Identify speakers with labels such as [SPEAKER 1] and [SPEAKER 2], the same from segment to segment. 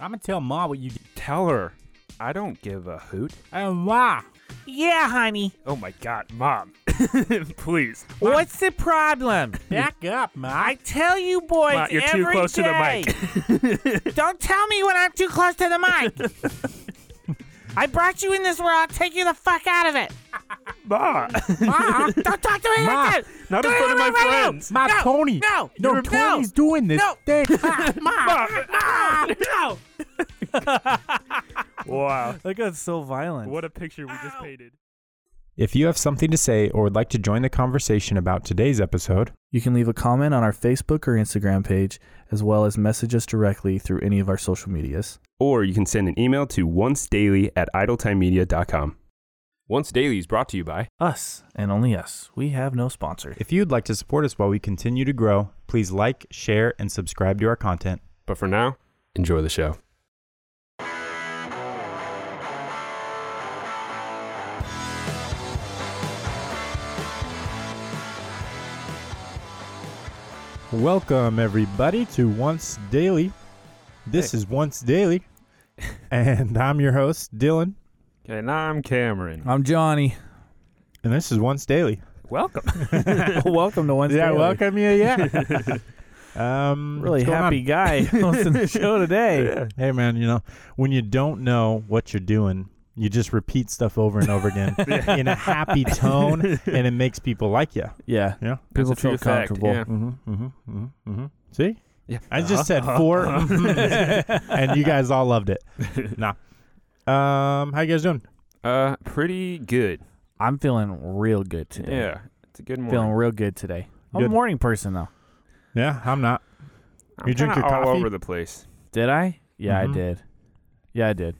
[SPEAKER 1] I'm gonna tell Ma what you did.
[SPEAKER 2] Tell her. I don't give a hoot.
[SPEAKER 1] And why? Yeah, honey.
[SPEAKER 2] Oh my god, mom. Please.
[SPEAKER 3] What's the problem?
[SPEAKER 1] Back up, Ma.
[SPEAKER 3] I tell you boys
[SPEAKER 2] Ma, you're too
[SPEAKER 3] every
[SPEAKER 2] close to
[SPEAKER 3] day.
[SPEAKER 2] the mic.
[SPEAKER 3] Don't tell me when I'm too close to the mic. I brought you in this world. I'll take you the fuck out of it.
[SPEAKER 2] Ma.
[SPEAKER 3] Ma, don't talk to me
[SPEAKER 1] Ma,
[SPEAKER 3] like that.
[SPEAKER 2] Not in
[SPEAKER 3] Don't
[SPEAKER 2] front of my
[SPEAKER 3] interrupt right now.
[SPEAKER 2] friends.
[SPEAKER 1] My
[SPEAKER 3] No,
[SPEAKER 1] Tony.
[SPEAKER 3] no,
[SPEAKER 1] no,
[SPEAKER 3] you're-
[SPEAKER 1] Tony's
[SPEAKER 3] no,
[SPEAKER 1] doing this
[SPEAKER 3] no.
[SPEAKER 1] thing. Ah,
[SPEAKER 3] No.
[SPEAKER 2] Wow.
[SPEAKER 4] That got so violent.
[SPEAKER 2] What a picture we just painted.
[SPEAKER 5] If you have something to say or would like to join the conversation about today's episode,
[SPEAKER 4] You can leave a comment on our Facebook or Instagram page, as well as message us directly through any of our social medias.
[SPEAKER 2] Or you can send an email to oncedaily at idletimemedia.com.
[SPEAKER 6] Once Daily is brought to you by
[SPEAKER 4] Us and only us. We have no sponsor.
[SPEAKER 5] if you'd like to support us while we continue to grow, please like, share, and subscribe to our content.
[SPEAKER 6] But for now, enjoy the show.
[SPEAKER 5] Welcome, everybody, to Once Daily. This is Once Daily, and I'm your host, Dylan,
[SPEAKER 2] And I'm Cameron.
[SPEAKER 4] I'm Johnny.
[SPEAKER 5] and this is Once Daily.
[SPEAKER 2] Welcome.
[SPEAKER 4] welcome to Wednesday.
[SPEAKER 5] Did I
[SPEAKER 4] Daily.
[SPEAKER 5] welcome you yet? um,
[SPEAKER 4] Really
[SPEAKER 5] what's going
[SPEAKER 4] happy
[SPEAKER 5] on?
[SPEAKER 4] guy hosting the show today.
[SPEAKER 5] Hey, man, you know, when you don't know what you're doing, you just repeat stuff over and over again in a happy tone, and it makes people like you.
[SPEAKER 4] Yeah.
[SPEAKER 5] Yeah.
[SPEAKER 6] That's
[SPEAKER 4] People
[SPEAKER 6] a
[SPEAKER 4] feel
[SPEAKER 6] true fact,
[SPEAKER 4] comfortable.
[SPEAKER 6] yeah.
[SPEAKER 5] Mm-hmm, mm-hmm, mm-hmm, mm-hmm. See?
[SPEAKER 6] Yeah. Uh-huh.
[SPEAKER 5] I just said four, and you guys all loved it. Nah. Um, how you guys doing?
[SPEAKER 6] Uh, pretty good.
[SPEAKER 4] I'm feeling real good today.
[SPEAKER 6] Yeah, it's a good morning.
[SPEAKER 4] Feeling real good today. I'm a
[SPEAKER 5] Good.
[SPEAKER 4] morning person though.
[SPEAKER 5] Yeah, I'm not.
[SPEAKER 6] I'm
[SPEAKER 5] You drink
[SPEAKER 6] kinda
[SPEAKER 5] your
[SPEAKER 6] all
[SPEAKER 5] coffee?
[SPEAKER 6] over the place.
[SPEAKER 4] Did I? Yeah,
[SPEAKER 5] Mhm.
[SPEAKER 4] I did. Yeah, I did.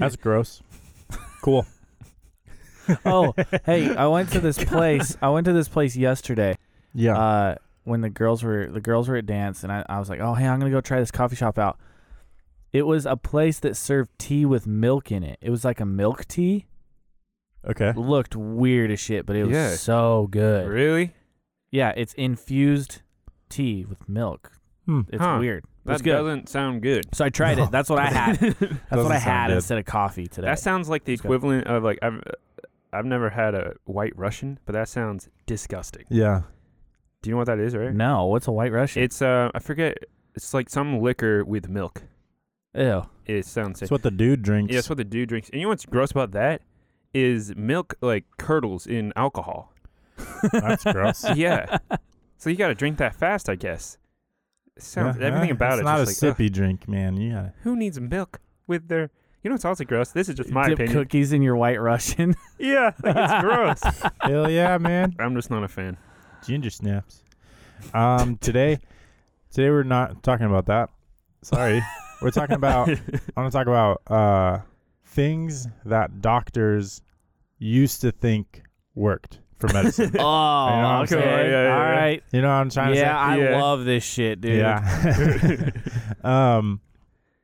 [SPEAKER 5] That's gross. Cool.
[SPEAKER 4] Oh, hey, I went to this place. I went to this place yesterday.
[SPEAKER 5] Yeah.
[SPEAKER 4] uh, when the girls were the girls were at dance, and I, I was like, oh hey, I'm gonna go try this coffee shop out. It was a place that served tea with milk in it. It was like a milk tea.
[SPEAKER 5] Uh, okay.
[SPEAKER 4] Looked weird as shit, but it was
[SPEAKER 6] Yeah.
[SPEAKER 4] so good.
[SPEAKER 6] Really?
[SPEAKER 4] Yeah, it's infused tea with milk.
[SPEAKER 5] Hmm.
[SPEAKER 4] It's
[SPEAKER 6] Huh.
[SPEAKER 4] weird. It was
[SPEAKER 6] That
[SPEAKER 4] good.
[SPEAKER 6] doesn't sound good.
[SPEAKER 4] so I tried it. That's what I had. That's
[SPEAKER 5] Doesn't
[SPEAKER 4] what I
[SPEAKER 5] sound
[SPEAKER 4] had
[SPEAKER 5] good.
[SPEAKER 4] instead of coffee today.
[SPEAKER 6] That sounds like the
[SPEAKER 4] Let's go.
[SPEAKER 6] equivalent of like I've I've never had a white Russian, but that sounds disgusting.
[SPEAKER 5] Yeah.
[SPEAKER 6] Do you know what that is, right?
[SPEAKER 4] no, what's a white Russian?
[SPEAKER 6] It's uh I forget. It's like some liquor with milk.
[SPEAKER 4] Ew.
[SPEAKER 6] It sounds sick.
[SPEAKER 5] That's what the dude drinks.
[SPEAKER 6] Yeah, that's what the dude drinks. And you know what's gross about that is milk like curdles in alcohol.
[SPEAKER 5] That's gross.
[SPEAKER 6] Yeah. so you got to drink that fast, I guess. It sounds
[SPEAKER 5] Yeah,
[SPEAKER 6] everything
[SPEAKER 5] yeah.
[SPEAKER 6] about
[SPEAKER 5] it's
[SPEAKER 6] it
[SPEAKER 5] not
[SPEAKER 6] just
[SPEAKER 5] a
[SPEAKER 6] like ugh,
[SPEAKER 5] sippy drink, man. Yeah.
[SPEAKER 6] who needs milk with their you know it's also gross. This is just my
[SPEAKER 4] Dip
[SPEAKER 6] opinion.
[SPEAKER 4] cookies in your white Russian.
[SPEAKER 6] Yeah, like it's gross.
[SPEAKER 5] Hell yeah, man.
[SPEAKER 6] I'm just not a fan.
[SPEAKER 5] Ginger snaps. Um, today, today we're not talking about that. Sorry, we're talking about. I want to talk about uh, things that doctors used to think worked for medicine.
[SPEAKER 4] oh,
[SPEAKER 5] I'm
[SPEAKER 4] okay.
[SPEAKER 5] saying?
[SPEAKER 6] Yeah, yeah,
[SPEAKER 4] All
[SPEAKER 6] yeah.
[SPEAKER 4] right.
[SPEAKER 5] you know what I'm trying
[SPEAKER 4] Yeah, I
[SPEAKER 6] Yeah.
[SPEAKER 4] love this shit,
[SPEAKER 5] to say?
[SPEAKER 4] dude.
[SPEAKER 5] Yeah. um,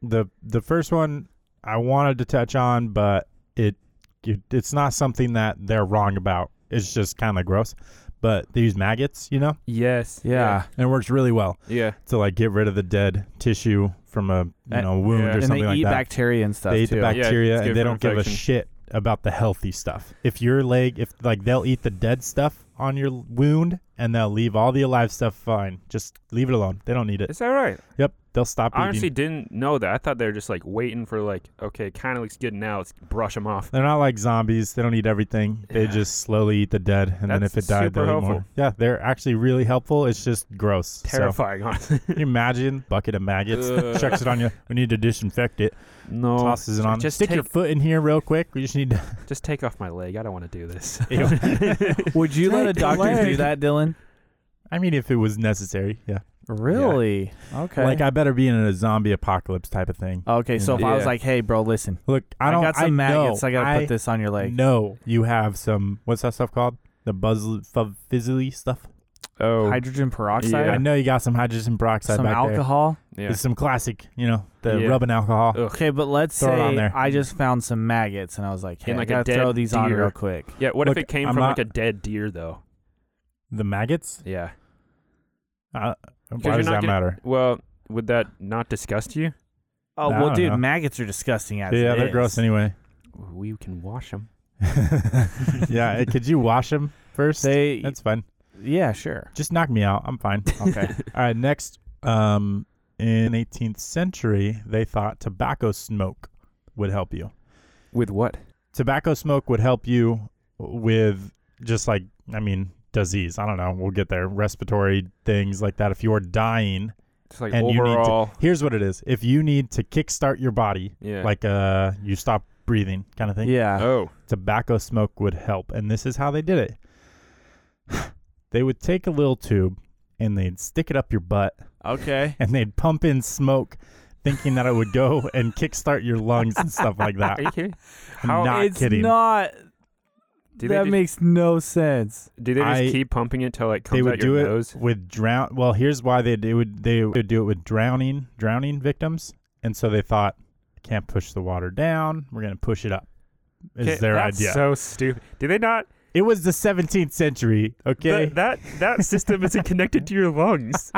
[SPEAKER 5] the the first one I wanted to touch on, but it, it it's not something that they're wrong about. It's just kind of gross. But they use maggots, you know,
[SPEAKER 6] Yes.
[SPEAKER 5] and it works really well.
[SPEAKER 6] Yeah.
[SPEAKER 5] to like get rid of the dead tissue from a you
[SPEAKER 4] And-
[SPEAKER 5] know wound
[SPEAKER 6] Eh, yeah.
[SPEAKER 5] or
[SPEAKER 4] and
[SPEAKER 5] something
[SPEAKER 4] they
[SPEAKER 5] like
[SPEAKER 4] eat
[SPEAKER 5] that.
[SPEAKER 4] bacteria and stuff
[SPEAKER 5] they eat
[SPEAKER 4] too.
[SPEAKER 5] the
[SPEAKER 6] it's
[SPEAKER 5] bacteria
[SPEAKER 6] good
[SPEAKER 5] and they
[SPEAKER 6] for
[SPEAKER 5] don't give a
[SPEAKER 6] infection.
[SPEAKER 5] shit about the healthy stuff. If your leg, if like they'll eat the dead stuff on your wound and they'll leave all the alive stuff fine. Just leave it alone. They don't need it.
[SPEAKER 6] Is that right?
[SPEAKER 5] Yep, they'll stop
[SPEAKER 6] I honestly
[SPEAKER 5] eating.
[SPEAKER 6] didn't know that. I thought they were just like waiting for like, okay, kind of looks good now. Let's brush them off.
[SPEAKER 5] They're not like zombies. They don't eat everything. They
[SPEAKER 6] Yeah.
[SPEAKER 5] just slowly eat the dead, and then
[SPEAKER 6] That's
[SPEAKER 5] if it died,
[SPEAKER 6] super
[SPEAKER 5] they'll eat more.
[SPEAKER 6] helpful.
[SPEAKER 5] Yeah, they're actually really helpful. It's just gross. So,
[SPEAKER 6] Terrifying, honestly.
[SPEAKER 5] can you imagine bucket of maggots,
[SPEAKER 6] Ugh.
[SPEAKER 5] chucks it on you. We need to disinfect it.
[SPEAKER 6] no.
[SPEAKER 4] Oh,
[SPEAKER 5] tosses it on.
[SPEAKER 6] Just
[SPEAKER 5] Stick your
[SPEAKER 6] take-
[SPEAKER 5] foot in here real quick. We just need to.
[SPEAKER 6] Just take off my leg. I don't want to do this.
[SPEAKER 4] Would you let a
[SPEAKER 5] Take the
[SPEAKER 4] doctor do
[SPEAKER 5] leg.
[SPEAKER 4] that, Dylan?
[SPEAKER 5] I mean, if it was necessary, yeah.
[SPEAKER 4] Really? Okay.
[SPEAKER 5] Like I better be in a zombie apocalypse type of thing.
[SPEAKER 4] okay, so if I was
[SPEAKER 6] Yeah.
[SPEAKER 4] like, "Hey, bro, listen,
[SPEAKER 5] Look, I don't.
[SPEAKER 4] got some maggots.
[SPEAKER 5] know,
[SPEAKER 4] I gotta put this on your leg."
[SPEAKER 5] No, you have some. What's that stuff called? The buzz fuzz- fizzly stuff.
[SPEAKER 6] oh.
[SPEAKER 4] Hydrogen peroxide,
[SPEAKER 6] Yeah.
[SPEAKER 5] I know you got some hydrogen peroxide
[SPEAKER 4] some
[SPEAKER 5] back there.
[SPEAKER 4] alcohol. Uh,
[SPEAKER 6] yeah.
[SPEAKER 5] It's some classic, you know, the
[SPEAKER 6] Yeah.
[SPEAKER 5] rubbing alcohol.
[SPEAKER 6] Ugh.
[SPEAKER 4] Okay, but let's
[SPEAKER 5] Throw it on
[SPEAKER 4] say
[SPEAKER 5] there.
[SPEAKER 4] I just found some maggots, and I was like, "Hey,
[SPEAKER 6] And like
[SPEAKER 4] I
[SPEAKER 6] a
[SPEAKER 4] gotta throw
[SPEAKER 6] dead
[SPEAKER 4] these on
[SPEAKER 6] deer.
[SPEAKER 4] real quick."
[SPEAKER 6] Yeah. What
[SPEAKER 5] Look,
[SPEAKER 6] if it came
[SPEAKER 5] I'm
[SPEAKER 6] from
[SPEAKER 5] not-
[SPEAKER 6] like a dead deer though?
[SPEAKER 5] The maggots.
[SPEAKER 6] Yeah.
[SPEAKER 5] Uh, why
[SPEAKER 6] you're
[SPEAKER 5] does
[SPEAKER 6] not
[SPEAKER 5] that
[SPEAKER 6] gonna-
[SPEAKER 5] matter?
[SPEAKER 6] Well, would that not disgust you?
[SPEAKER 4] Oh
[SPEAKER 5] I
[SPEAKER 4] well,
[SPEAKER 5] don't
[SPEAKER 4] dude,
[SPEAKER 5] know.
[SPEAKER 4] maggots are disgusting. As
[SPEAKER 5] yeah,
[SPEAKER 4] it
[SPEAKER 5] they're
[SPEAKER 4] is.
[SPEAKER 5] gross anyway.
[SPEAKER 6] We can wash them.
[SPEAKER 5] yeah, eh, could you wash them first?
[SPEAKER 4] They,
[SPEAKER 5] That's fine.
[SPEAKER 4] yeah, sure.
[SPEAKER 5] Just knock me out. I'm fine.
[SPEAKER 4] Okay.
[SPEAKER 5] All right, next. Um, in 18th century, they thought tobacco smoke would help you.
[SPEAKER 6] With what?
[SPEAKER 5] Tobacco smoke would help you with just like I mean disease. I don't know. We'll get there. Respiratory things like that. If you are dying,
[SPEAKER 6] Just like
[SPEAKER 5] And you need to-
[SPEAKER 6] overall.
[SPEAKER 5] here's what it is. If you need to kickstart your body,
[SPEAKER 6] yeah.
[SPEAKER 5] like uh, you stop breathing kind of thing.
[SPEAKER 4] yeah.
[SPEAKER 6] oh,
[SPEAKER 5] tobacco smoke would help. And this is how they did it they would take a little tube and they'd stick it up your butt
[SPEAKER 4] Okay.
[SPEAKER 5] and they'd pump in smoke, thinking that it would go and kickstart your lungs and stuff like that.
[SPEAKER 6] are you kidding?
[SPEAKER 5] I'm
[SPEAKER 6] How-
[SPEAKER 5] not
[SPEAKER 4] it's
[SPEAKER 5] kidding.
[SPEAKER 4] not.
[SPEAKER 6] Do they
[SPEAKER 4] that
[SPEAKER 6] do-
[SPEAKER 4] makes no sense.
[SPEAKER 6] Do they just
[SPEAKER 5] I-
[SPEAKER 6] keep pumping it till like comes
[SPEAKER 5] they
[SPEAKER 6] out
[SPEAKER 5] would do
[SPEAKER 6] your
[SPEAKER 5] it
[SPEAKER 6] nose?
[SPEAKER 5] with drown. Well, here's why they do would they would do it with drowning drowning victims, and so they thought, can't push the water down. We're gonna push it up. Is
[SPEAKER 6] Okay,
[SPEAKER 5] their
[SPEAKER 6] that's
[SPEAKER 5] idea?
[SPEAKER 6] So stupid. Do they not?
[SPEAKER 5] it was the 17th century. Okay,
[SPEAKER 6] Th- that that system isn't connected to your lungs.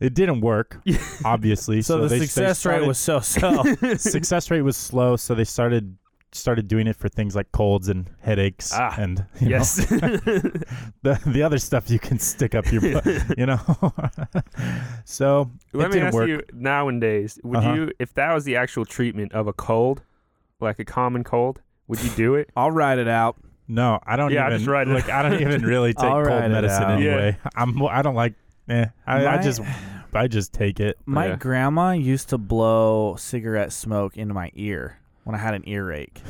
[SPEAKER 5] it didn't work, obviously.
[SPEAKER 4] So, the
[SPEAKER 5] they- they
[SPEAKER 4] success rate
[SPEAKER 5] started-
[SPEAKER 4] was so so.
[SPEAKER 5] success rate was slow, so they started started doing it for things like colds and headaches
[SPEAKER 6] Ah,
[SPEAKER 5] and you know,
[SPEAKER 6] yes.
[SPEAKER 5] the the other stuff you can stick up your butt, you know. so it
[SPEAKER 6] Let me
[SPEAKER 5] didn't
[SPEAKER 6] ask
[SPEAKER 5] work.
[SPEAKER 6] you nowadays, would
[SPEAKER 5] Uh-huh.
[SPEAKER 6] you if that was the actual treatment of a cold, like a common cold, would you do it?
[SPEAKER 4] I'll write it out.
[SPEAKER 5] No, I don't.
[SPEAKER 6] Yeah, I
[SPEAKER 5] even,
[SPEAKER 6] just write it.
[SPEAKER 5] Like I don't even really take
[SPEAKER 4] I'll
[SPEAKER 5] cold
[SPEAKER 4] write it
[SPEAKER 5] medicine
[SPEAKER 4] out.
[SPEAKER 6] Yeah.
[SPEAKER 5] anyway. I'm. I don't like. Eh, I, I
[SPEAKER 4] My-
[SPEAKER 5] just. I just take it.
[SPEAKER 4] My
[SPEAKER 6] Yeah.
[SPEAKER 4] grandma used to blow cigarette smoke into my ear when I had an earache.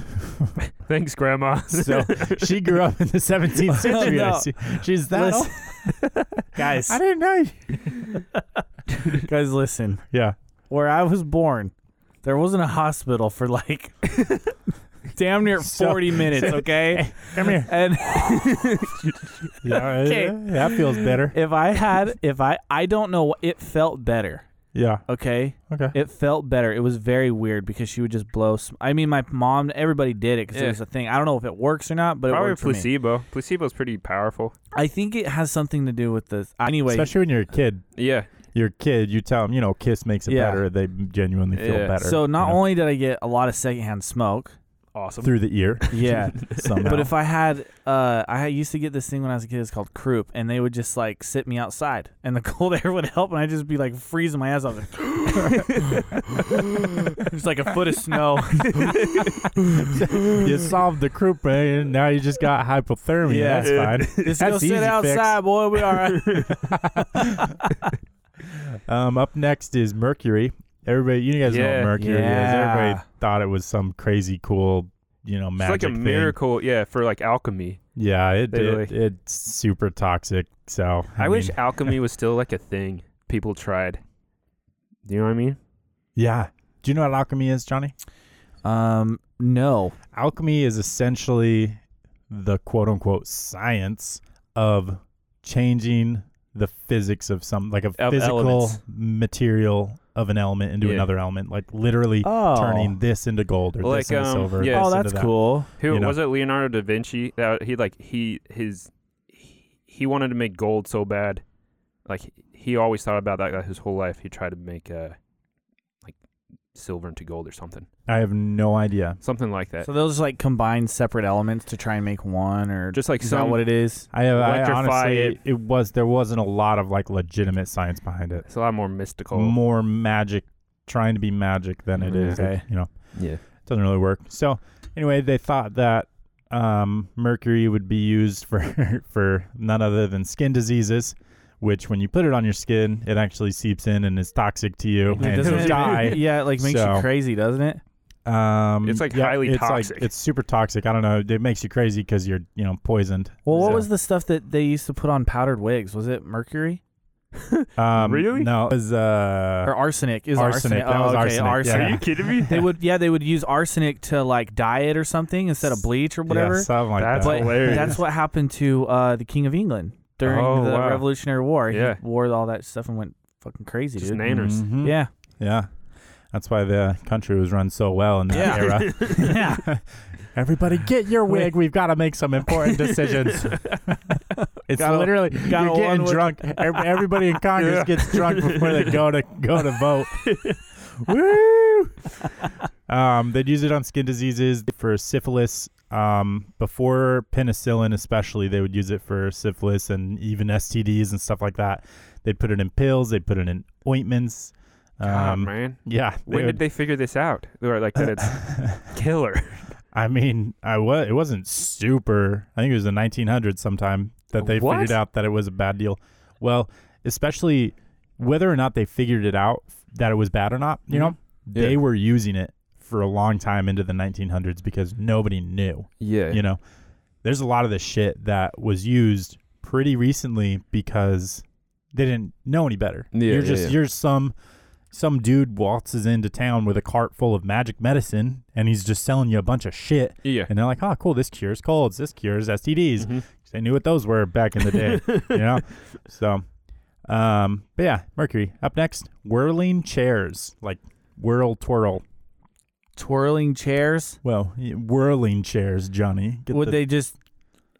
[SPEAKER 6] Thanks, Grandma.
[SPEAKER 5] So she grew up in the 17th century. I
[SPEAKER 4] Oh, No.
[SPEAKER 5] see. She's that old.
[SPEAKER 4] Listen- guys,
[SPEAKER 5] I didn't know. you-
[SPEAKER 4] guys, listen.
[SPEAKER 5] Yeah.
[SPEAKER 4] Where I was born, there wasn't a hospital for like damn near
[SPEAKER 5] So-
[SPEAKER 4] 40 minutes, okay?
[SPEAKER 5] Come here.
[SPEAKER 4] And
[SPEAKER 5] Yeah.
[SPEAKER 4] Okay.
[SPEAKER 5] eh, That feels better.
[SPEAKER 4] if I had, if I, I don't know, what- it felt better,
[SPEAKER 5] Yeah.
[SPEAKER 4] okay?
[SPEAKER 5] Okay.
[SPEAKER 4] It felt better. It was very weird because she would just blow. Sm- I mean, my mom, everybody did it because
[SPEAKER 6] Yeah.
[SPEAKER 4] it was a thing. I don't know if it works or not, but it
[SPEAKER 6] Probably
[SPEAKER 4] worked for me.
[SPEAKER 6] placebo. Placebo's pretty powerful.
[SPEAKER 4] I think it has something to do with this. Anyway,
[SPEAKER 5] Especially when you're a kid.
[SPEAKER 6] Yeah.
[SPEAKER 5] Your kid, you tell them, you know, kiss makes it
[SPEAKER 4] Yeah.
[SPEAKER 5] better. They genuinely feel
[SPEAKER 6] Yeah.
[SPEAKER 5] better.
[SPEAKER 4] so not
[SPEAKER 5] you know,
[SPEAKER 4] only did I get a lot of secondhand smoke,
[SPEAKER 6] Awesome.
[SPEAKER 5] through the ear.
[SPEAKER 4] yeah,
[SPEAKER 5] Somehow.
[SPEAKER 4] But if I had, uh, I had- used to get this thing when I was a kid. It's called croup, and they would just like sit me outside, and the cold air would help, and I'd just be like freezing my ass off. it's like a foot of snow.
[SPEAKER 5] you
[SPEAKER 6] Mm-hmm.
[SPEAKER 5] solved the croup, and now you just got hypothermia.
[SPEAKER 4] Yeah.
[SPEAKER 5] That's fine.
[SPEAKER 4] Just
[SPEAKER 5] That's
[SPEAKER 4] go
[SPEAKER 5] easy
[SPEAKER 4] sit
[SPEAKER 5] fix.
[SPEAKER 4] outside, boy. We are.
[SPEAKER 5] Um, up next is Mercury. Everybody, you guys know
[SPEAKER 6] Yeah.
[SPEAKER 5] what Mercury
[SPEAKER 4] Yeah.
[SPEAKER 5] is. Everybody thought it was some crazy cool, you know,
[SPEAKER 6] it's
[SPEAKER 5] magic
[SPEAKER 6] like a
[SPEAKER 5] thing.
[SPEAKER 6] miracle, yeah, for like alchemy.
[SPEAKER 5] Yeah, it,
[SPEAKER 6] They
[SPEAKER 5] it it's super toxic. So
[SPEAKER 6] I, wish
[SPEAKER 5] mean,
[SPEAKER 6] alchemy was still like a thing people tried. Do you know what I mean?
[SPEAKER 5] yeah. Do you know what alchemy is, Johnny?
[SPEAKER 4] Um, no.
[SPEAKER 5] Alchemy is essentially the quote unquote science of changing the physics of some like a
[SPEAKER 6] Of
[SPEAKER 5] physical
[SPEAKER 6] elements.
[SPEAKER 5] material of an element into
[SPEAKER 6] Yeah.
[SPEAKER 5] another element, like literally
[SPEAKER 4] Oh,
[SPEAKER 5] turning this into gold or
[SPEAKER 6] Like,
[SPEAKER 5] this into
[SPEAKER 6] um,
[SPEAKER 5] silver.
[SPEAKER 6] yeah.
[SPEAKER 5] this
[SPEAKER 4] oh,
[SPEAKER 5] into
[SPEAKER 4] that's
[SPEAKER 5] that.
[SPEAKER 4] cool.
[SPEAKER 6] Who
[SPEAKER 5] You know?
[SPEAKER 6] was it? Leonardo da Vinci. That he like he his he, he wanted to make gold so bad, like he always thought about that like, his whole life. He tried to make uh like silver into gold or something,
[SPEAKER 5] I have no idea.
[SPEAKER 6] something like that.
[SPEAKER 4] So those are like combined separate elements to try and make one, or
[SPEAKER 6] Just like
[SPEAKER 4] is that
[SPEAKER 6] some-
[SPEAKER 4] what it is?
[SPEAKER 5] I have I
[SPEAKER 6] Electrify
[SPEAKER 5] honestly
[SPEAKER 6] it.
[SPEAKER 5] it. was there wasn't a lot of like legitimate science behind it.
[SPEAKER 6] it's a lot more mystical.
[SPEAKER 5] More magic trying to be magic than
[SPEAKER 6] Mm-hmm.
[SPEAKER 5] it is.
[SPEAKER 4] Okay.
[SPEAKER 5] You know.
[SPEAKER 6] yeah,
[SPEAKER 5] doesn't really work. So anyway, they thought that um, mercury would be used for for none other than skin diseases, which when you put it on your skin, it actually seeps in and is toxic to you
[SPEAKER 4] It
[SPEAKER 5] and
[SPEAKER 4] doesn't
[SPEAKER 5] you
[SPEAKER 4] it-
[SPEAKER 5] die.
[SPEAKER 4] Yeah, it like makes
[SPEAKER 5] So-
[SPEAKER 4] you crazy, doesn't it?
[SPEAKER 5] Um,
[SPEAKER 6] It's, like,
[SPEAKER 5] yeah,
[SPEAKER 6] highly
[SPEAKER 5] it's
[SPEAKER 6] toxic.
[SPEAKER 5] Like, it's super toxic. I don't know. It makes you crazy because you're you know poisoned.
[SPEAKER 4] Well, what
[SPEAKER 5] So-
[SPEAKER 4] was the stuff that they used to put on powdered wigs? Was it mercury
[SPEAKER 5] Um,
[SPEAKER 6] Really?
[SPEAKER 5] No, it was uh,
[SPEAKER 4] or arsenic? Is
[SPEAKER 5] arsenic.
[SPEAKER 4] arsenic?
[SPEAKER 5] That
[SPEAKER 4] oh,
[SPEAKER 5] was
[SPEAKER 4] okay,
[SPEAKER 5] arsenic,
[SPEAKER 6] Are
[SPEAKER 5] yeah.
[SPEAKER 6] you kidding me?
[SPEAKER 4] They would, yeah, they would use arsenic to like dye it or something instead of bleach or whatever.
[SPEAKER 5] Yeah, something like
[SPEAKER 6] That's
[SPEAKER 5] that.
[SPEAKER 4] but
[SPEAKER 6] hilarious.
[SPEAKER 4] that's what happened to uh, the King of England during
[SPEAKER 6] Oh,
[SPEAKER 4] the
[SPEAKER 6] wow.
[SPEAKER 4] Revolutionary War.
[SPEAKER 6] Yeah.
[SPEAKER 4] He wore all that stuff and went fucking crazy,
[SPEAKER 6] Just
[SPEAKER 4] dude.
[SPEAKER 6] nanners.
[SPEAKER 5] Mhm.
[SPEAKER 4] yeah,
[SPEAKER 5] yeah. That's why the country was run so well in that
[SPEAKER 4] Yeah.
[SPEAKER 5] era.
[SPEAKER 4] yeah.
[SPEAKER 5] Everybody, get your wig. We've got to make some important decisions. it's
[SPEAKER 4] Gotta-
[SPEAKER 5] literally
[SPEAKER 4] gotta
[SPEAKER 5] you're getting
[SPEAKER 4] one with-
[SPEAKER 5] drunk. Ev- Everybody in Congress
[SPEAKER 6] Yeah.
[SPEAKER 5] gets drunk before they go to go to vote. Woo! Um, they'd use it on skin diseases for syphilis. Um, before penicillin, especially, they would use it for syphilis and even STDs and stuff like that. They'd put it in pills. They'd put it in ointments.
[SPEAKER 6] God,
[SPEAKER 5] Um,
[SPEAKER 6] man.
[SPEAKER 5] yeah. they
[SPEAKER 6] When
[SPEAKER 5] would-
[SPEAKER 6] did they figure this out? They were like that it's killer.
[SPEAKER 5] I mean, I was. It wasn't super. I think it was the 1900s sometime that they
[SPEAKER 6] What?
[SPEAKER 5] figured out that it was a bad deal. Well, especially whether or not they figured it out that it was bad or not. You know, they
[SPEAKER 4] Yeah.
[SPEAKER 5] were using it for a long time into the 1900s because nobody knew.
[SPEAKER 6] Yeah.
[SPEAKER 5] You know, there's a lot of this shit that was used pretty recently because they didn't know any better.
[SPEAKER 6] Yeah,
[SPEAKER 5] you're
[SPEAKER 6] yeah,
[SPEAKER 5] just
[SPEAKER 6] yeah.
[SPEAKER 5] you're some some dude waltzes into town with a cart full of magic medicine and he's just selling you a bunch of shit.
[SPEAKER 6] Yeah.
[SPEAKER 5] And they're like, oh, cool, this cures colds, this cures STDs.
[SPEAKER 6] Mhm.
[SPEAKER 5] They knew what those were back in the day, you know? So, um, but yeah, Mercury. Up next, whirling chairs, like whirl, twirl.
[SPEAKER 4] Twirling chairs.
[SPEAKER 5] Well, y- whirling chairs, Johnny. Get
[SPEAKER 4] Would
[SPEAKER 5] the-
[SPEAKER 4] they just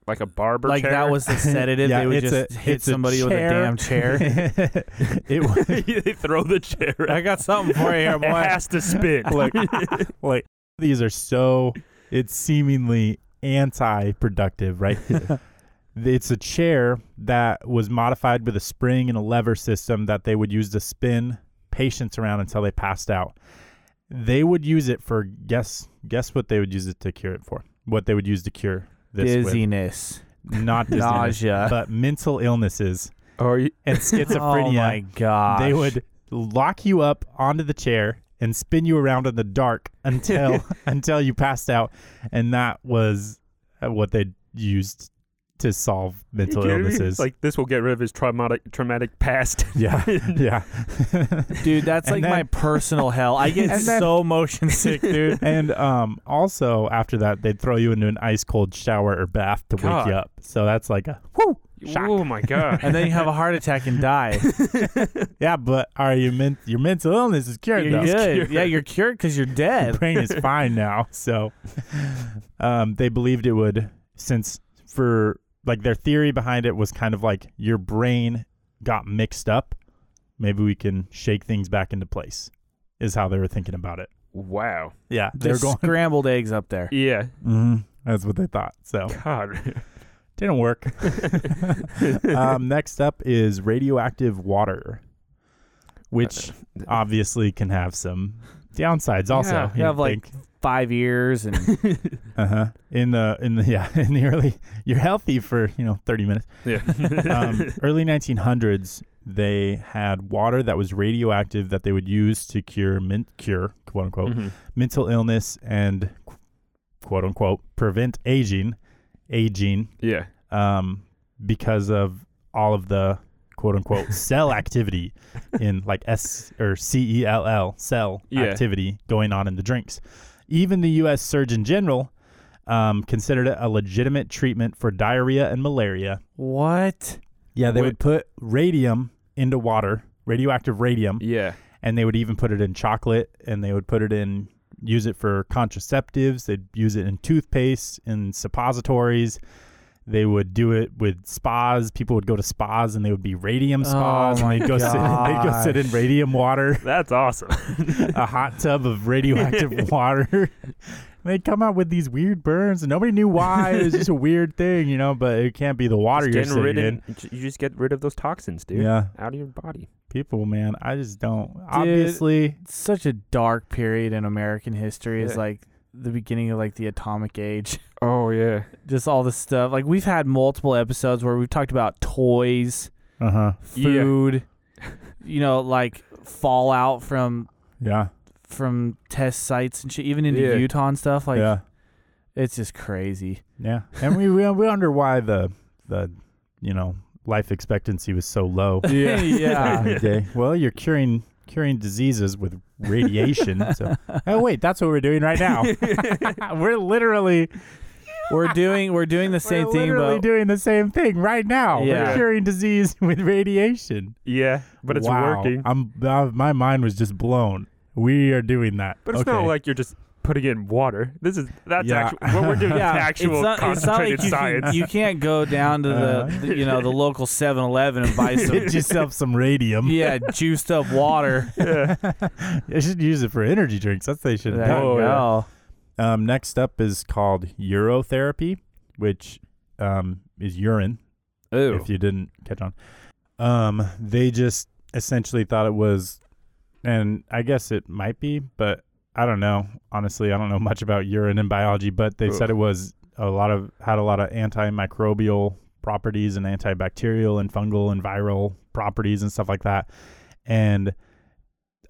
[SPEAKER 6] Like a barber
[SPEAKER 4] like
[SPEAKER 6] chair.
[SPEAKER 4] that was the sedative?
[SPEAKER 5] Yeah,
[SPEAKER 4] they would
[SPEAKER 5] it's
[SPEAKER 4] just
[SPEAKER 5] a-
[SPEAKER 4] hit
[SPEAKER 5] it's a
[SPEAKER 4] somebody with a
[SPEAKER 5] chair.
[SPEAKER 4] damn chair.
[SPEAKER 5] it was
[SPEAKER 6] they throw the chair.
[SPEAKER 4] I got something for you here,
[SPEAKER 6] It
[SPEAKER 4] boy.
[SPEAKER 6] has to spin.
[SPEAKER 5] like, like these are so it's seemingly anti-productive, right? it's a chair that was modified with a spring and a lever system that they would use to spin patients around until they passed out. They would use it for guess guess what they would use it to cure it for. What they would use to cure this
[SPEAKER 4] Dizziness,
[SPEAKER 5] with. not dizziness,
[SPEAKER 4] nausea.
[SPEAKER 5] but mental illnesses
[SPEAKER 6] Or you,
[SPEAKER 5] and
[SPEAKER 4] oh
[SPEAKER 5] schizophrenia
[SPEAKER 4] my god!
[SPEAKER 5] they would lock you up onto the chair and spin you around in the dark until until you passed out and that was uh, what they used to solve
[SPEAKER 6] you
[SPEAKER 5] mental
[SPEAKER 6] kidding me?
[SPEAKER 5] illnesses
[SPEAKER 6] It's like this will get rid of his traumatic traumatic past.
[SPEAKER 5] yeah yeah
[SPEAKER 4] dude. That's
[SPEAKER 5] and
[SPEAKER 4] like
[SPEAKER 5] then-
[SPEAKER 4] my personal hell. I get
[SPEAKER 5] And then-
[SPEAKER 4] so motion sick, dude.
[SPEAKER 5] and um also after that they'd throw you into an ice cold shower or bath to wake
[SPEAKER 6] God.
[SPEAKER 5] you up so that's like a whoo Shock.
[SPEAKER 6] Oh my god.
[SPEAKER 4] and then you have a heart attack and die.
[SPEAKER 5] yeah but are you men- your mental illness is cured
[SPEAKER 4] you're
[SPEAKER 5] though.
[SPEAKER 4] good. Yeah, you're cured because you're
[SPEAKER 5] My
[SPEAKER 4] dead.
[SPEAKER 5] brain is fine now. So um, they believed it would, since for like their theory behind it was kind of like your brain got mixed up. Maybe we can shake things back into place, is how they were thinking about it.
[SPEAKER 6] wow.
[SPEAKER 5] Yeah, they're
[SPEAKER 4] There's
[SPEAKER 5] going.
[SPEAKER 4] scrambled eggs up there.
[SPEAKER 6] Yeah.
[SPEAKER 5] Mhm, that's what they thought. So
[SPEAKER 6] God.
[SPEAKER 5] didn't work. um, next up is radioactive water, which obviously can have some downsides. Also,
[SPEAKER 6] Yeah,
[SPEAKER 5] you
[SPEAKER 4] you have,
[SPEAKER 5] would
[SPEAKER 4] like,
[SPEAKER 5] think.
[SPEAKER 4] Five years and
[SPEAKER 5] Uh-huh. In the in the yeah, in the early you're healthy for, you know, 30 minutes.
[SPEAKER 6] yeah.
[SPEAKER 5] Um, early 1900s, they had water that was radioactive that they would use to cure men- cure, quote unquote,
[SPEAKER 6] Mhm.
[SPEAKER 5] mental illness and qu- quote unquote prevent aging, aging
[SPEAKER 6] Yeah.
[SPEAKER 5] um because of all of the quote unquote cell activity in like S or C E L L cell
[SPEAKER 6] Yeah.
[SPEAKER 5] activity going on in the drinks. Even the U.S. Surgeon General um, considered it a legitimate treatment for diarrhea and malaria.
[SPEAKER 4] what?
[SPEAKER 5] Yeah, they
[SPEAKER 6] Wait.
[SPEAKER 5] would put radium into water, radioactive radium,
[SPEAKER 6] Yeah.
[SPEAKER 5] and they would even put it in chocolate and they would put it in use it for contraceptives they'd use it in toothpaste in suppositories they would do it with spas people would go to spas and they would be radium
[SPEAKER 4] Oh
[SPEAKER 5] spas
[SPEAKER 4] my
[SPEAKER 5] and they'd go, sit, they'd go sit in radium water
[SPEAKER 6] That's awesome.
[SPEAKER 5] a hot tub of radioactive water they'd come out with these weird burns and nobody knew why it was just a weird thing you know but it can't be the water
[SPEAKER 6] Just
[SPEAKER 5] you're
[SPEAKER 6] getting
[SPEAKER 5] sitting in
[SPEAKER 6] rid of- You just get rid of those toxins, dude.
[SPEAKER 5] yeah
[SPEAKER 6] Out of your body.
[SPEAKER 5] people man i just don't obviously
[SPEAKER 4] It's such a dark period in American history. Is
[SPEAKER 6] Yeah.
[SPEAKER 4] like the beginning of like the atomic age.
[SPEAKER 6] Oh yeah.
[SPEAKER 4] Just all this stuff. Like we've had multiple episodes where we've talked about toys,
[SPEAKER 5] uh-huh
[SPEAKER 6] Yeah.
[SPEAKER 4] food, you know, like fallout from
[SPEAKER 5] yeah
[SPEAKER 4] from test sites and shit, even into
[SPEAKER 6] Yeah.
[SPEAKER 4] Utah and stuff. Like
[SPEAKER 5] yeah
[SPEAKER 4] it's just crazy.
[SPEAKER 5] Yeah, and we we, we wonder why the the you know life expectancy was so low.
[SPEAKER 4] Yeah,
[SPEAKER 5] back in
[SPEAKER 4] yeah.
[SPEAKER 5] the day. Well, you're curing curing diseases with radiation. so, oh wait, that's what we're doing right now. we're literally
[SPEAKER 4] we're doing we're doing the same
[SPEAKER 5] we're
[SPEAKER 4] thing,
[SPEAKER 5] literally
[SPEAKER 4] but
[SPEAKER 5] doing the same thing right now. We're
[SPEAKER 4] Yeah.
[SPEAKER 5] curing disease with radiation,
[SPEAKER 6] Yeah. But it's
[SPEAKER 5] Wow.
[SPEAKER 6] working.
[SPEAKER 5] I'm uh, my mind was just blown. We are doing that.
[SPEAKER 6] But it's
[SPEAKER 5] okay.
[SPEAKER 6] not like you're just putting it in water. This is that's
[SPEAKER 5] Yeah.
[SPEAKER 6] actual what we're doing
[SPEAKER 4] Yeah,
[SPEAKER 6] is actual
[SPEAKER 4] it's not, it's not
[SPEAKER 6] concentrated
[SPEAKER 4] like you
[SPEAKER 6] science.
[SPEAKER 4] Can, you can't go down to
[SPEAKER 5] Uh.
[SPEAKER 6] Uh-huh.
[SPEAKER 4] the, the you know the local 7-Eleven and buy some
[SPEAKER 5] Get yourself some radium.
[SPEAKER 4] yeah juiced up water.
[SPEAKER 5] I should use it for energy drinks. That's what they should
[SPEAKER 4] There
[SPEAKER 5] have
[SPEAKER 4] you
[SPEAKER 5] done.
[SPEAKER 6] Oh, yeah.
[SPEAKER 4] go.
[SPEAKER 5] Um, next up is called urotherapy, which um, is urine.
[SPEAKER 4] Ooh.
[SPEAKER 5] If you didn't catch on, um, they just essentially thought it was, and I guess it might be, but I don't know. Honestly, I don't know much about urine and biology, but they said it was a lot of had a lot of antimicrobial properties and antibacterial and fungal and viral properties and stuff like that. And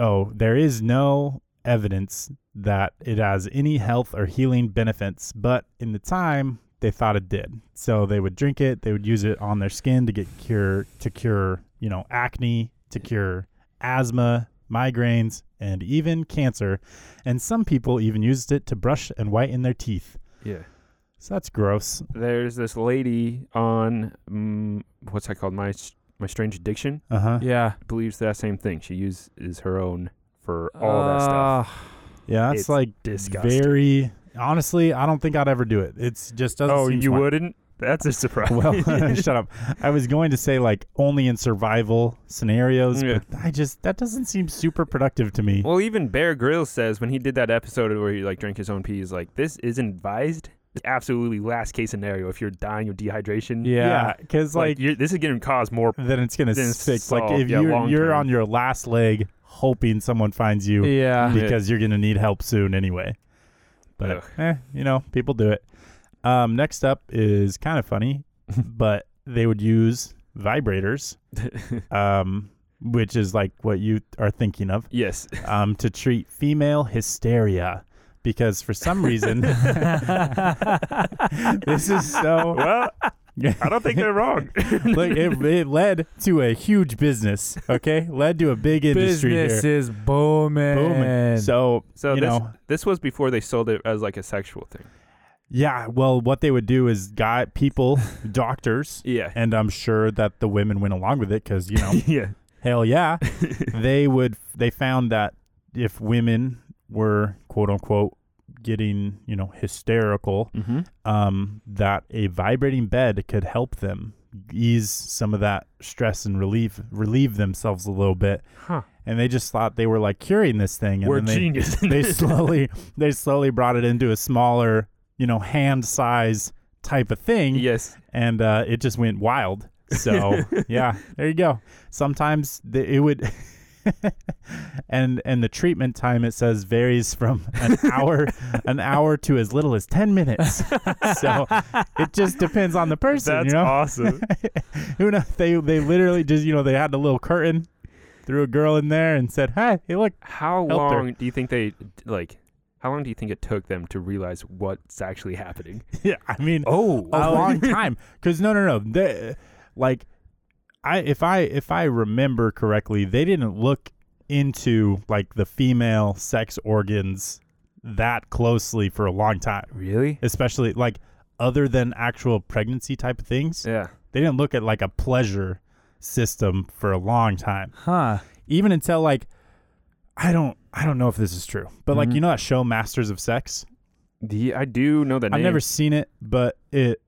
[SPEAKER 5] oh, there is no evidence that it has any health or healing benefits, but in the time they thought it did. So they would drink it, they would use it on their skin to get cure to cure, you know, acne, to cure asthma, migraines, and even cancer. And some people even used it to brush and whiten their teeth.
[SPEAKER 6] yeah.
[SPEAKER 5] So that's gross.
[SPEAKER 6] There's this lady on mm what's that called? My S- my strange addiction
[SPEAKER 5] Uh-huh.
[SPEAKER 4] Yeah.
[SPEAKER 6] believes that same thing. She uses her own for all that
[SPEAKER 5] Ah,
[SPEAKER 6] stuff.
[SPEAKER 5] Yeah, that's
[SPEAKER 6] It's
[SPEAKER 5] like
[SPEAKER 6] disgusting.
[SPEAKER 5] very honestly, I don't think I'd ever do it. It's just doesn't
[SPEAKER 6] Oh,
[SPEAKER 5] seem
[SPEAKER 6] you
[SPEAKER 5] smart.
[SPEAKER 6] wouldn't? That's a surprise.
[SPEAKER 5] Well, shut up. I was going to say like only in survival scenarios,
[SPEAKER 6] Yeah.
[SPEAKER 5] but I just that doesn't seem super productive to me.
[SPEAKER 6] Well, even Bear Grylls says when he did that episode where he like drank his own pee, he's like, "This isn't advised. It's absolutely last case scenario. If you're dying of dehydration,
[SPEAKER 4] Yeah.
[SPEAKER 5] because
[SPEAKER 6] like,
[SPEAKER 5] like,
[SPEAKER 6] you're, this is going to cause more."
[SPEAKER 5] then it's gonna
[SPEAKER 6] then
[SPEAKER 5] stick. Like
[SPEAKER 6] solve,
[SPEAKER 5] if
[SPEAKER 6] yeah,
[SPEAKER 5] you're
[SPEAKER 6] long
[SPEAKER 5] you're
[SPEAKER 6] term.
[SPEAKER 5] on your last leg, hoping someone finds you
[SPEAKER 4] Uh, Yeah.
[SPEAKER 5] because you're gonna need help soon anyway. But
[SPEAKER 6] Ugh.
[SPEAKER 5] eh, you know, people do it. Um, next up is kind of funny, but they would use vibrators, um, which is like what you are thinking of.
[SPEAKER 6] yes,
[SPEAKER 5] um, to treat female hysteria because for some reason this is so
[SPEAKER 6] well, I don't think they're wrong.
[SPEAKER 5] like it, it led to a huge business okay led to a big industry
[SPEAKER 4] Business
[SPEAKER 5] here
[SPEAKER 4] is booming.
[SPEAKER 5] boom so
[SPEAKER 6] So
[SPEAKER 5] you
[SPEAKER 6] this,
[SPEAKER 5] know
[SPEAKER 6] this was before they sold it as like a sexual thing.
[SPEAKER 5] yeah well what they would do is guy people doctors
[SPEAKER 6] Yeah,
[SPEAKER 5] and i'm sure that the women went along with it because you know
[SPEAKER 6] yeah,
[SPEAKER 5] Hell yeah. they would they found that if women were quote unquote getting, you know, hysterical,
[SPEAKER 6] mm-hmm.
[SPEAKER 5] um, that a vibrating bed could help them ease some of that stress and relieve relieve themselves a little bit.
[SPEAKER 6] Huh.
[SPEAKER 5] And they just thought they were like curing this thing and
[SPEAKER 6] we're
[SPEAKER 5] then they,
[SPEAKER 6] genius.
[SPEAKER 5] they slowly they slowly brought it into a smaller, you know, hand size type of thing
[SPEAKER 6] yes,
[SPEAKER 5] and uh, it just went wild. So yeah, there you go. Sometimes the, it would, and and the treatment time it says varies from an hour, an hour to as little as ten minutes. so it just depends on the person.
[SPEAKER 6] that's
[SPEAKER 5] you know,
[SPEAKER 6] awesome.
[SPEAKER 5] who knows? They they literally just you know they had a little curtain, threw a girl in there and said, "Hey, hey, look."
[SPEAKER 6] How
[SPEAKER 5] Helped her.
[SPEAKER 6] long do you think they like? How long do you think it took them to realize what's actually happening?
[SPEAKER 5] Yeah, I mean,
[SPEAKER 6] Oh,
[SPEAKER 5] a long time because no no no they, like i if i if i remember correctly they didn't look into like the female sex organs that closely for a long time
[SPEAKER 6] really?
[SPEAKER 5] especially like other than actual pregnancy type of things
[SPEAKER 6] Yeah.
[SPEAKER 5] they didn't look at like a pleasure system for a long time
[SPEAKER 4] Huh.
[SPEAKER 5] even until like i don't i don't know if this is true but like you know that show masters of sex
[SPEAKER 6] The, I do know that
[SPEAKER 5] I've
[SPEAKER 6] name. Mm,
[SPEAKER 5] never seen it, but it,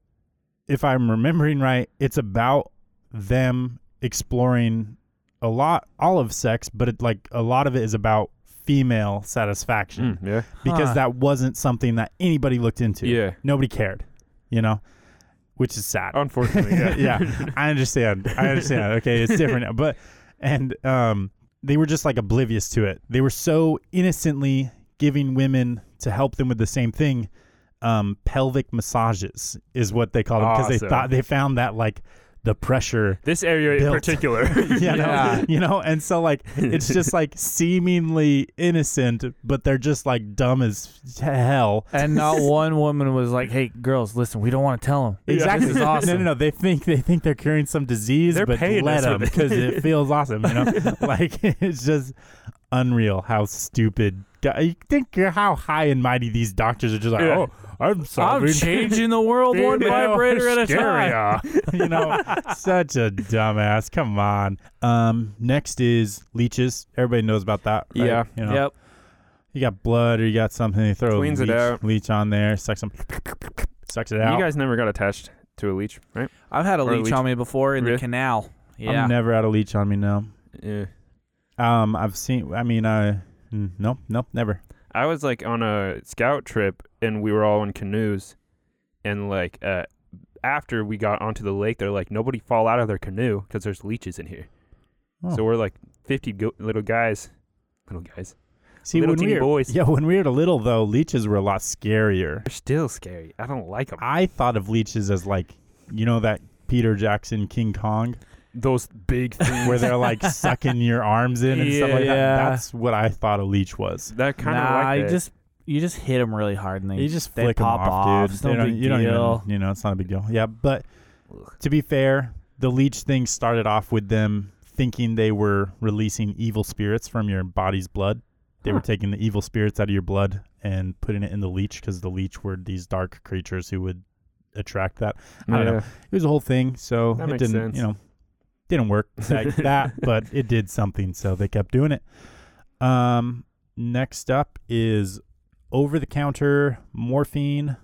[SPEAKER 5] if I'm remembering right, it's about them exploring a lot, all of sex, but it, like a lot of it is about female satisfaction
[SPEAKER 6] Mm, yeah.
[SPEAKER 5] because
[SPEAKER 4] Huh.
[SPEAKER 5] that wasn't something that anybody looked into.
[SPEAKER 6] Yeah.
[SPEAKER 5] Nobody cared, you know, which is sad.
[SPEAKER 6] Unfortunately, yeah.
[SPEAKER 5] yeah, I understand. I understand. Okay, it's different, but and um, they were just like oblivious to it. They were so innocently giving women to help them with the same thing. Um, pelvic massages is what they call them because they
[SPEAKER 6] Awesome.
[SPEAKER 5] thought they found that like the pressure.
[SPEAKER 6] This area
[SPEAKER 5] Built.
[SPEAKER 6] in particular.
[SPEAKER 5] You know,
[SPEAKER 4] Yeah.
[SPEAKER 5] you know, and so like it's just like seemingly innocent, but they're just like dumb as hell.
[SPEAKER 4] And not one woman was like, "Hey, girls, listen, we don't want to tell them."
[SPEAKER 5] Exactly.
[SPEAKER 4] This is awesome.
[SPEAKER 5] No, no, no. They think they think they're curing some disease,
[SPEAKER 6] They're
[SPEAKER 5] but
[SPEAKER 6] paying
[SPEAKER 5] let
[SPEAKER 6] us
[SPEAKER 5] them
[SPEAKER 6] with
[SPEAKER 5] because it feels awesome. You know, like it's just unreal how stupid. You think you're how high and mighty these doctors are? Just like,
[SPEAKER 6] Yeah.
[SPEAKER 5] oh, I'm
[SPEAKER 4] I'm
[SPEAKER 5] sorry.
[SPEAKER 4] changing the world one
[SPEAKER 5] Female
[SPEAKER 4] vibrator at a time.
[SPEAKER 5] hysteria. you know, such a dumbass. Come on. Um, next is leeches. Everybody knows about that. right?
[SPEAKER 6] Yeah.
[SPEAKER 5] You know?
[SPEAKER 4] Yep.
[SPEAKER 5] You got blood or you got something. They throw
[SPEAKER 6] Cleans
[SPEAKER 5] a
[SPEAKER 6] it
[SPEAKER 5] leech,
[SPEAKER 6] out.
[SPEAKER 5] leech on there, sucks some, sucks it out.
[SPEAKER 6] You guys never got attached to a leech, right?
[SPEAKER 4] I've had a
[SPEAKER 6] Or at
[SPEAKER 4] leech
[SPEAKER 6] least-
[SPEAKER 4] on me before in
[SPEAKER 6] Really?
[SPEAKER 4] the canal.
[SPEAKER 5] I've
[SPEAKER 4] Yeah.
[SPEAKER 5] never had a leech on me. No.
[SPEAKER 6] Yeah.
[SPEAKER 5] Um, I've seen. I mean, I mm, nope, nope, never.
[SPEAKER 6] I was like on a scout trip and we were all in canoes and like uh after we got onto the lake they're like nobody fall out of their canoe cuz there's leeches in here.
[SPEAKER 5] Oh.
[SPEAKER 6] So we're like 50 go- little guys little guys.
[SPEAKER 5] See,
[SPEAKER 6] Little
[SPEAKER 5] when
[SPEAKER 6] teeny
[SPEAKER 5] we were,
[SPEAKER 6] boys.
[SPEAKER 5] yeah, when we were little though, leeches were a lot scarier.
[SPEAKER 6] They're still scary. I don't like them.
[SPEAKER 5] I thought of leeches as like, you know, that Peter Jackson King Kong
[SPEAKER 6] Those big things
[SPEAKER 5] where they're like sucking your arms in and stuff like
[SPEAKER 4] Yeah.
[SPEAKER 5] that. That's what I thought a leech was.
[SPEAKER 6] that kind of
[SPEAKER 4] nah,
[SPEAKER 6] like
[SPEAKER 4] you
[SPEAKER 6] that.
[SPEAKER 4] just you just hit them really hard and they
[SPEAKER 5] You just
[SPEAKER 4] they
[SPEAKER 5] flick 'em
[SPEAKER 4] pop
[SPEAKER 5] off,
[SPEAKER 4] off.
[SPEAKER 5] dude.
[SPEAKER 4] It's
[SPEAKER 5] They
[SPEAKER 4] no
[SPEAKER 5] don't- e-
[SPEAKER 4] big
[SPEAKER 5] you don't
[SPEAKER 4] deal.
[SPEAKER 5] even, you know, it's not a big deal. Yeah, but to be fair, the leech thing started off with them thinking they were releasing evil spirits from your body's blood. They were
[SPEAKER 6] Huh.
[SPEAKER 5] taking the evil spirits out of your blood and putting it in the leech because the leech were these dark creatures who would attract that. I don't know.
[SPEAKER 6] Yeah.
[SPEAKER 5] It was a whole thing, so
[SPEAKER 6] That
[SPEAKER 5] it
[SPEAKER 6] makes
[SPEAKER 5] didn't,
[SPEAKER 6] sense.
[SPEAKER 5] you know, didn't work like that, but it did something, so they kept doing it. Um, next up is over-the-counter morphine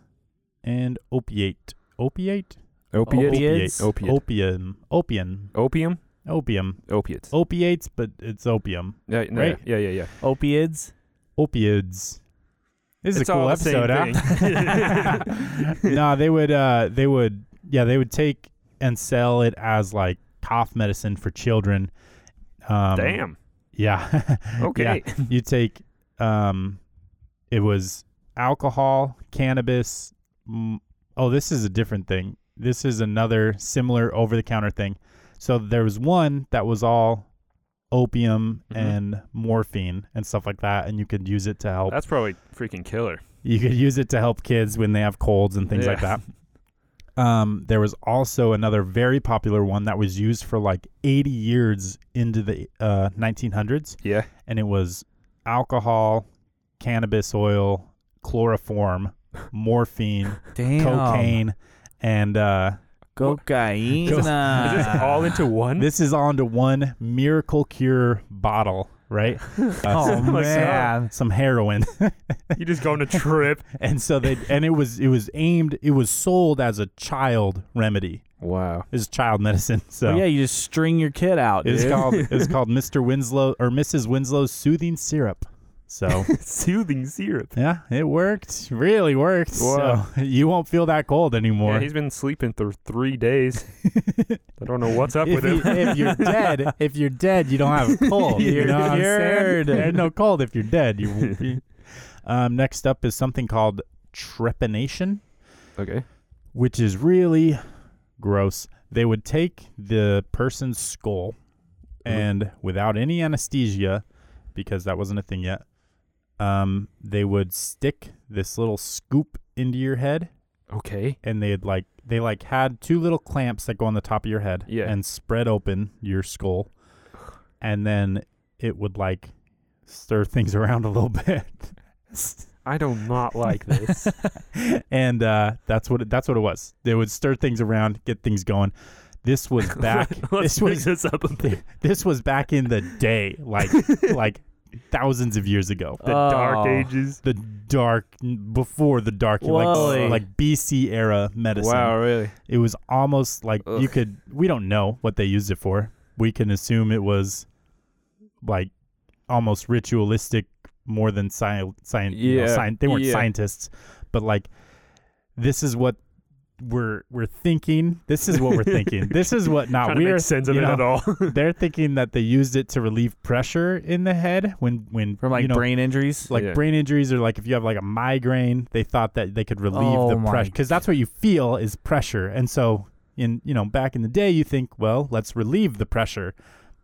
[SPEAKER 5] and opiate. Opiate?
[SPEAKER 6] Opiate?
[SPEAKER 5] Opiates.
[SPEAKER 6] Opiate.
[SPEAKER 5] Opium. Opium.
[SPEAKER 6] Opium?
[SPEAKER 5] Opium.
[SPEAKER 6] Opiates.
[SPEAKER 5] Opiates, but it's opium.
[SPEAKER 6] yeah, no,
[SPEAKER 5] right.
[SPEAKER 6] yeah, yeah, yeah.
[SPEAKER 4] Opioids.
[SPEAKER 5] Opioids. This is
[SPEAKER 6] It's
[SPEAKER 5] a cool
[SPEAKER 6] all the same
[SPEAKER 5] episode, huh? no, they would uh they would yeah, they would take and sell it as like cough medicine for children. Um
[SPEAKER 6] Damn.
[SPEAKER 5] Yeah.
[SPEAKER 6] Okay.
[SPEAKER 5] you take um it was alcohol cannabis mm, oh this is a different thing this is another similar over-the-counter thing so there was one that was all opium
[SPEAKER 6] Mhm.
[SPEAKER 5] and morphine and stuff like that and you could use it to help
[SPEAKER 6] That's probably freaking killer.
[SPEAKER 5] you could use it to help kids when they have colds and things like
[SPEAKER 6] Yeah.
[SPEAKER 5] that um, there was also another very popular one that was used for like 80 years into the uh, 1900s
[SPEAKER 6] Yeah.
[SPEAKER 5] and it was alcohol, cannabis oil, chloroform, morphine,
[SPEAKER 4] Damn.
[SPEAKER 5] cocaine, and uh,
[SPEAKER 4] Cocaine.
[SPEAKER 6] Is this all into one?
[SPEAKER 5] Ah. this is onto one miracle cure bottle, right? Uh,
[SPEAKER 4] Oh,
[SPEAKER 5] some-
[SPEAKER 4] man.
[SPEAKER 5] some heroin,
[SPEAKER 6] you just go on a trip.
[SPEAKER 5] and so they and it was it was aimed it was sold as a child remedy,
[SPEAKER 6] Wow.
[SPEAKER 5] as child medicine. So
[SPEAKER 6] Oh,
[SPEAKER 4] Well, yeah, you just string your kid out.
[SPEAKER 5] it's
[SPEAKER 4] dude.
[SPEAKER 5] called it's called Mr. Winslow or Mrs. Winslow's soothing syrup. So
[SPEAKER 6] Soothing syrup.
[SPEAKER 5] yeah, it worked, really worked.
[SPEAKER 6] Wow.
[SPEAKER 5] So you won't feel that cold anymore.
[SPEAKER 6] Yeah, he's been sleeping for three days. I don't know what's up
[SPEAKER 5] if,
[SPEAKER 6] with
[SPEAKER 5] you,
[SPEAKER 6] him.
[SPEAKER 5] if you're dead, if you're dead, you don't have a cold. you
[SPEAKER 4] You're
[SPEAKER 5] know what I'm saying?
[SPEAKER 4] cured.
[SPEAKER 5] There's no cold if you're dead. You- you- um, next up is something called trepanation,
[SPEAKER 6] Okay.
[SPEAKER 5] which is really gross. They would take the person's skull and without any anesthesia, because that wasn't a thing yet, um, they would stick this little scoop into your head
[SPEAKER 6] Okay.
[SPEAKER 5] and they had like they like had two little clamps that go on the top of your head
[SPEAKER 6] Yeah.
[SPEAKER 5] and spread open your skull and then it would like stir things around a little bit
[SPEAKER 6] I do not like this.
[SPEAKER 5] and uh, that's what it, that's what it was they would stir things around get things going this was back
[SPEAKER 6] Let's
[SPEAKER 5] this
[SPEAKER 6] pick
[SPEAKER 5] was
[SPEAKER 6] this up a bit.
[SPEAKER 5] this was back in the day like like thousands of years ago
[SPEAKER 6] The Dark
[SPEAKER 4] Oh.
[SPEAKER 6] Ages.
[SPEAKER 5] the dark before the dark
[SPEAKER 4] Whoa.
[SPEAKER 5] like like BC era medicine
[SPEAKER 6] really?
[SPEAKER 5] It was almost like you
[SPEAKER 6] Ugh.
[SPEAKER 5] could. We don't know what they used it for. We can assume it was like almost ritualistic, more than science. Sci- you know,
[SPEAKER 6] Yeah,
[SPEAKER 5] scien- they weren't
[SPEAKER 6] yeah.
[SPEAKER 5] scientists, but like this is what we're we're thinking. This is what we're thinking. this is what not
[SPEAKER 6] Trying to
[SPEAKER 5] Ah, we're
[SPEAKER 6] make sense of
[SPEAKER 5] you
[SPEAKER 6] it
[SPEAKER 5] know,
[SPEAKER 6] at all.
[SPEAKER 5] They're thinking that they used it to relieve pressure in the head when when
[SPEAKER 4] From like
[SPEAKER 5] you know,
[SPEAKER 4] brain injuries.
[SPEAKER 5] like
[SPEAKER 6] Yeah.
[SPEAKER 5] brain injuries or like if you have like a migraine, they thought that they could relieve
[SPEAKER 4] Oh
[SPEAKER 5] the
[SPEAKER 4] my
[SPEAKER 5] pressure because that's what you feel is pressure. And so in you know back in the day, you think, well, let's relieve the pressure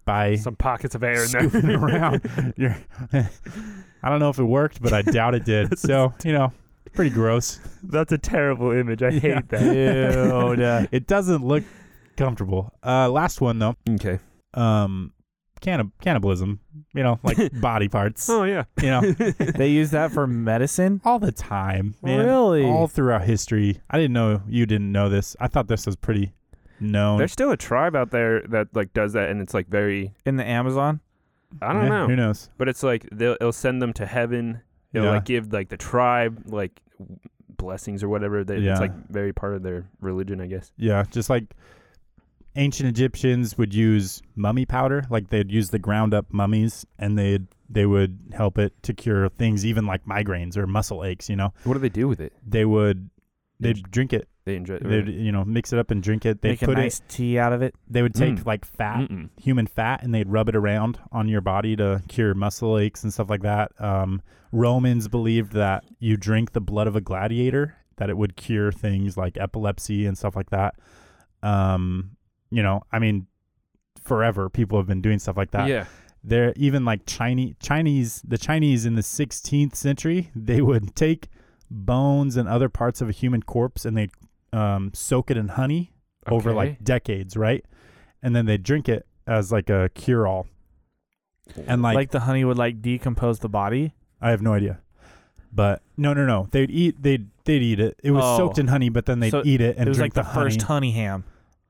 [SPEAKER 5] by
[SPEAKER 6] Some pockets of air in there.
[SPEAKER 5] scooping around. You're, I don't know if it worked, but I doubt it did. so you know, pretty gross.
[SPEAKER 6] That's a terrible image. I
[SPEAKER 5] Yeah.
[SPEAKER 6] hate that.
[SPEAKER 5] Dude, uh, it doesn't look comfortable. Uh, last one though,
[SPEAKER 6] Okay.
[SPEAKER 5] um, cannib- cannibalism. You know, like body parts.
[SPEAKER 6] Oh yeah.
[SPEAKER 5] You know,
[SPEAKER 4] they use that for medicine.
[SPEAKER 5] all the time, man.
[SPEAKER 4] Really?
[SPEAKER 5] All throughout history. I didn't know you didn't know this. I thought this was pretty known.
[SPEAKER 6] There's still a tribe out there that like does that, and it's like very.
[SPEAKER 4] In the Amazon.
[SPEAKER 6] I don't
[SPEAKER 5] Yeah,
[SPEAKER 6] know.
[SPEAKER 5] Who knows?
[SPEAKER 6] But it's like they'll it'll send them to heaven It'll
[SPEAKER 5] Yeah.
[SPEAKER 6] like give like the tribe like w- blessings or whatever. That
[SPEAKER 5] Yeah.
[SPEAKER 6] it's like very part of their religion, I guess.
[SPEAKER 5] Yeah, just like ancient Egyptians would use mummy powder, like they'd use the ground up mummies and they'd they would help it to cure things even like migraines or muscle aches, you know.
[SPEAKER 6] What do they do with it?
[SPEAKER 5] They would they'd drink it.
[SPEAKER 6] They uh, enjoy.
[SPEAKER 5] They'd you know, mix it up and drink it. They'd
[SPEAKER 4] Make a
[SPEAKER 5] put
[SPEAKER 4] nice
[SPEAKER 5] it
[SPEAKER 4] tea out of it.
[SPEAKER 5] they would take
[SPEAKER 6] Mm.
[SPEAKER 5] like fat,
[SPEAKER 6] Mm-mm.
[SPEAKER 5] human fat and they'd rub it around on your body to cure muscle aches and stuff like that. Um, Romans believed that you drink the blood of a gladiator, that it would cure things like epilepsy and stuff like that. Um, you know, I mean, forever people have been doing stuff like that.
[SPEAKER 6] yeah.
[SPEAKER 5] They're even like Chinese, Chinese, the Chinese in the 16th century, they would take bones and other parts of a human corpse and they'd um, soak it in honey over like
[SPEAKER 6] Okay.
[SPEAKER 5] decades, right? And then they drink it as like a cure all. And like,
[SPEAKER 4] Like, the honey would like decompose the body.
[SPEAKER 5] I have no idea. But no, no, no. They'd eat they'd they'd eat it. It was
[SPEAKER 4] Oh.
[SPEAKER 5] soaked in honey, but then they'd
[SPEAKER 4] So
[SPEAKER 5] eat it and
[SPEAKER 4] it was like
[SPEAKER 5] drink
[SPEAKER 4] the,
[SPEAKER 5] the,
[SPEAKER 4] first
[SPEAKER 5] honey.
[SPEAKER 4] honey ham.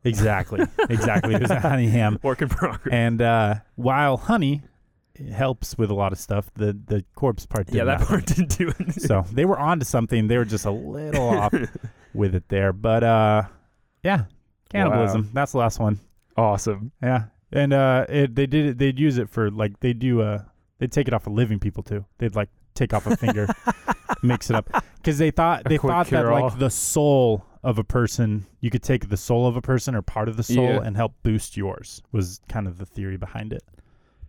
[SPEAKER 5] Exactly. exactly. It was a honey ham.
[SPEAKER 6] work in progress.
[SPEAKER 5] And uh while honey helps with a lot of stuff, the the corpse part did
[SPEAKER 6] yeah, that
[SPEAKER 5] not.
[SPEAKER 6] part didn't do it.
[SPEAKER 5] so they were onto something. They were just a little off with it there. But uh yeah. Cannibalism. That's the last one.
[SPEAKER 6] awesome.
[SPEAKER 5] Yeah, and uh, it, they did it. They'd use it for like they do. Uh, they'd take it off of living people too. They'd like take off a finger, mix it up, because they thought they
[SPEAKER 6] quick
[SPEAKER 5] thought that
[SPEAKER 6] cure-all.
[SPEAKER 5] like the soul of a person, you could take the soul of a person or part of the soul
[SPEAKER 6] Yeah.
[SPEAKER 5] and help boost yours. Was kind of the theory behind it.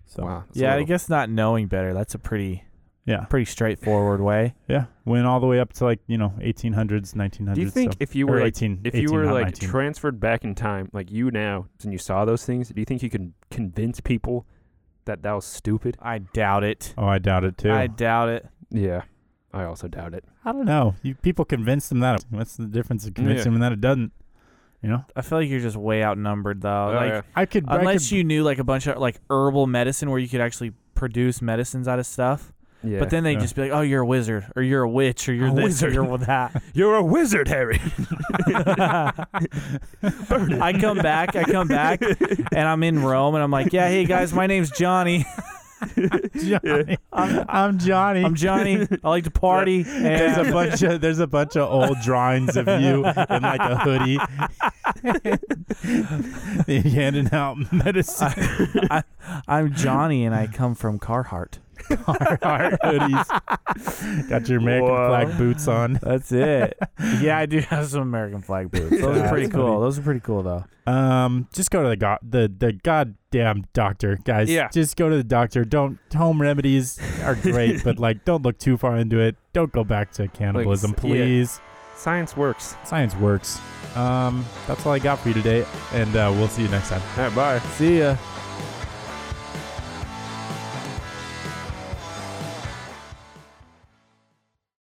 [SPEAKER 5] So
[SPEAKER 6] Wow. that's a
[SPEAKER 4] yeah, I
[SPEAKER 6] little-
[SPEAKER 4] guess not knowing better. That's a pretty
[SPEAKER 5] yeah,
[SPEAKER 4] pretty straightforward way.
[SPEAKER 5] yeah, went all the way up to like you know 1800s, 1900s.
[SPEAKER 6] Do you think
[SPEAKER 5] so-
[SPEAKER 6] if you
[SPEAKER 5] or
[SPEAKER 6] were like,
[SPEAKER 5] 18,
[SPEAKER 6] if
[SPEAKER 5] 18,
[SPEAKER 6] you were
[SPEAKER 5] uh, not
[SPEAKER 6] like
[SPEAKER 5] 19.
[SPEAKER 6] transferred back in time, like you now, and you saw those things, do you think you can convince people that that was stupid?
[SPEAKER 4] I doubt it.
[SPEAKER 5] oh, I doubt it too.
[SPEAKER 4] I
[SPEAKER 5] I,
[SPEAKER 4] doubt it.
[SPEAKER 6] Yeah, I also doubt it.
[SPEAKER 5] don't know. You people convince them that. it- What's the difference of convincing
[SPEAKER 6] Yeah.
[SPEAKER 5] them that it doesn't? You know,
[SPEAKER 4] I feel like you're just way outnumbered
[SPEAKER 6] Uh, Oh,
[SPEAKER 4] though. like
[SPEAKER 5] I could I could
[SPEAKER 4] unless you knew like a bunch of like herbal medicine where you could actually produce medicines out of stuff.
[SPEAKER 6] yeah. yeah.
[SPEAKER 4] But then they
[SPEAKER 5] Yeah.
[SPEAKER 4] just be like, "Oh, you're a wizard, or you're a witch, or you're
[SPEAKER 6] A
[SPEAKER 4] this,
[SPEAKER 6] wizard.
[SPEAKER 4] or you're that."
[SPEAKER 6] you're a wizard, Harry.
[SPEAKER 4] I come back, I come back, and I'm in Rome, and I'm like, "Yeah, hey guys, my name's Johnny.
[SPEAKER 5] Johnny. I'm, Johnny.
[SPEAKER 4] I'm Johnny. Oh, I like to party."
[SPEAKER 5] there's
[SPEAKER 4] and-
[SPEAKER 5] a bunch of there's a bunch of old drawings of you in like a hoodie. You're handing out medicine
[SPEAKER 4] I, I'm Johnny, and I come from Carhartt.
[SPEAKER 5] car art hoodies. Got your American
[SPEAKER 6] Whoa.
[SPEAKER 5] flag boots on.
[SPEAKER 4] That's it. Yeah, I do have some American flag boots. Those
[SPEAKER 5] Yeah,
[SPEAKER 4] are pretty
[SPEAKER 5] that's
[SPEAKER 4] cool.
[SPEAKER 5] funny.
[SPEAKER 4] Those are pretty cool, though.
[SPEAKER 5] Um, just go to the god the the goddamn doctor, guys.
[SPEAKER 6] Yeah.
[SPEAKER 5] Just go to the doctor. Don't home remedies are great, but like don't look too far into it. Don't go back to cannibalism,
[SPEAKER 6] yeah.
[SPEAKER 5] please.
[SPEAKER 6] Science works.
[SPEAKER 5] Science works. Um, that's all I got for you today, and uh, we'll see you next time.
[SPEAKER 6] All right, bye.
[SPEAKER 4] See ya.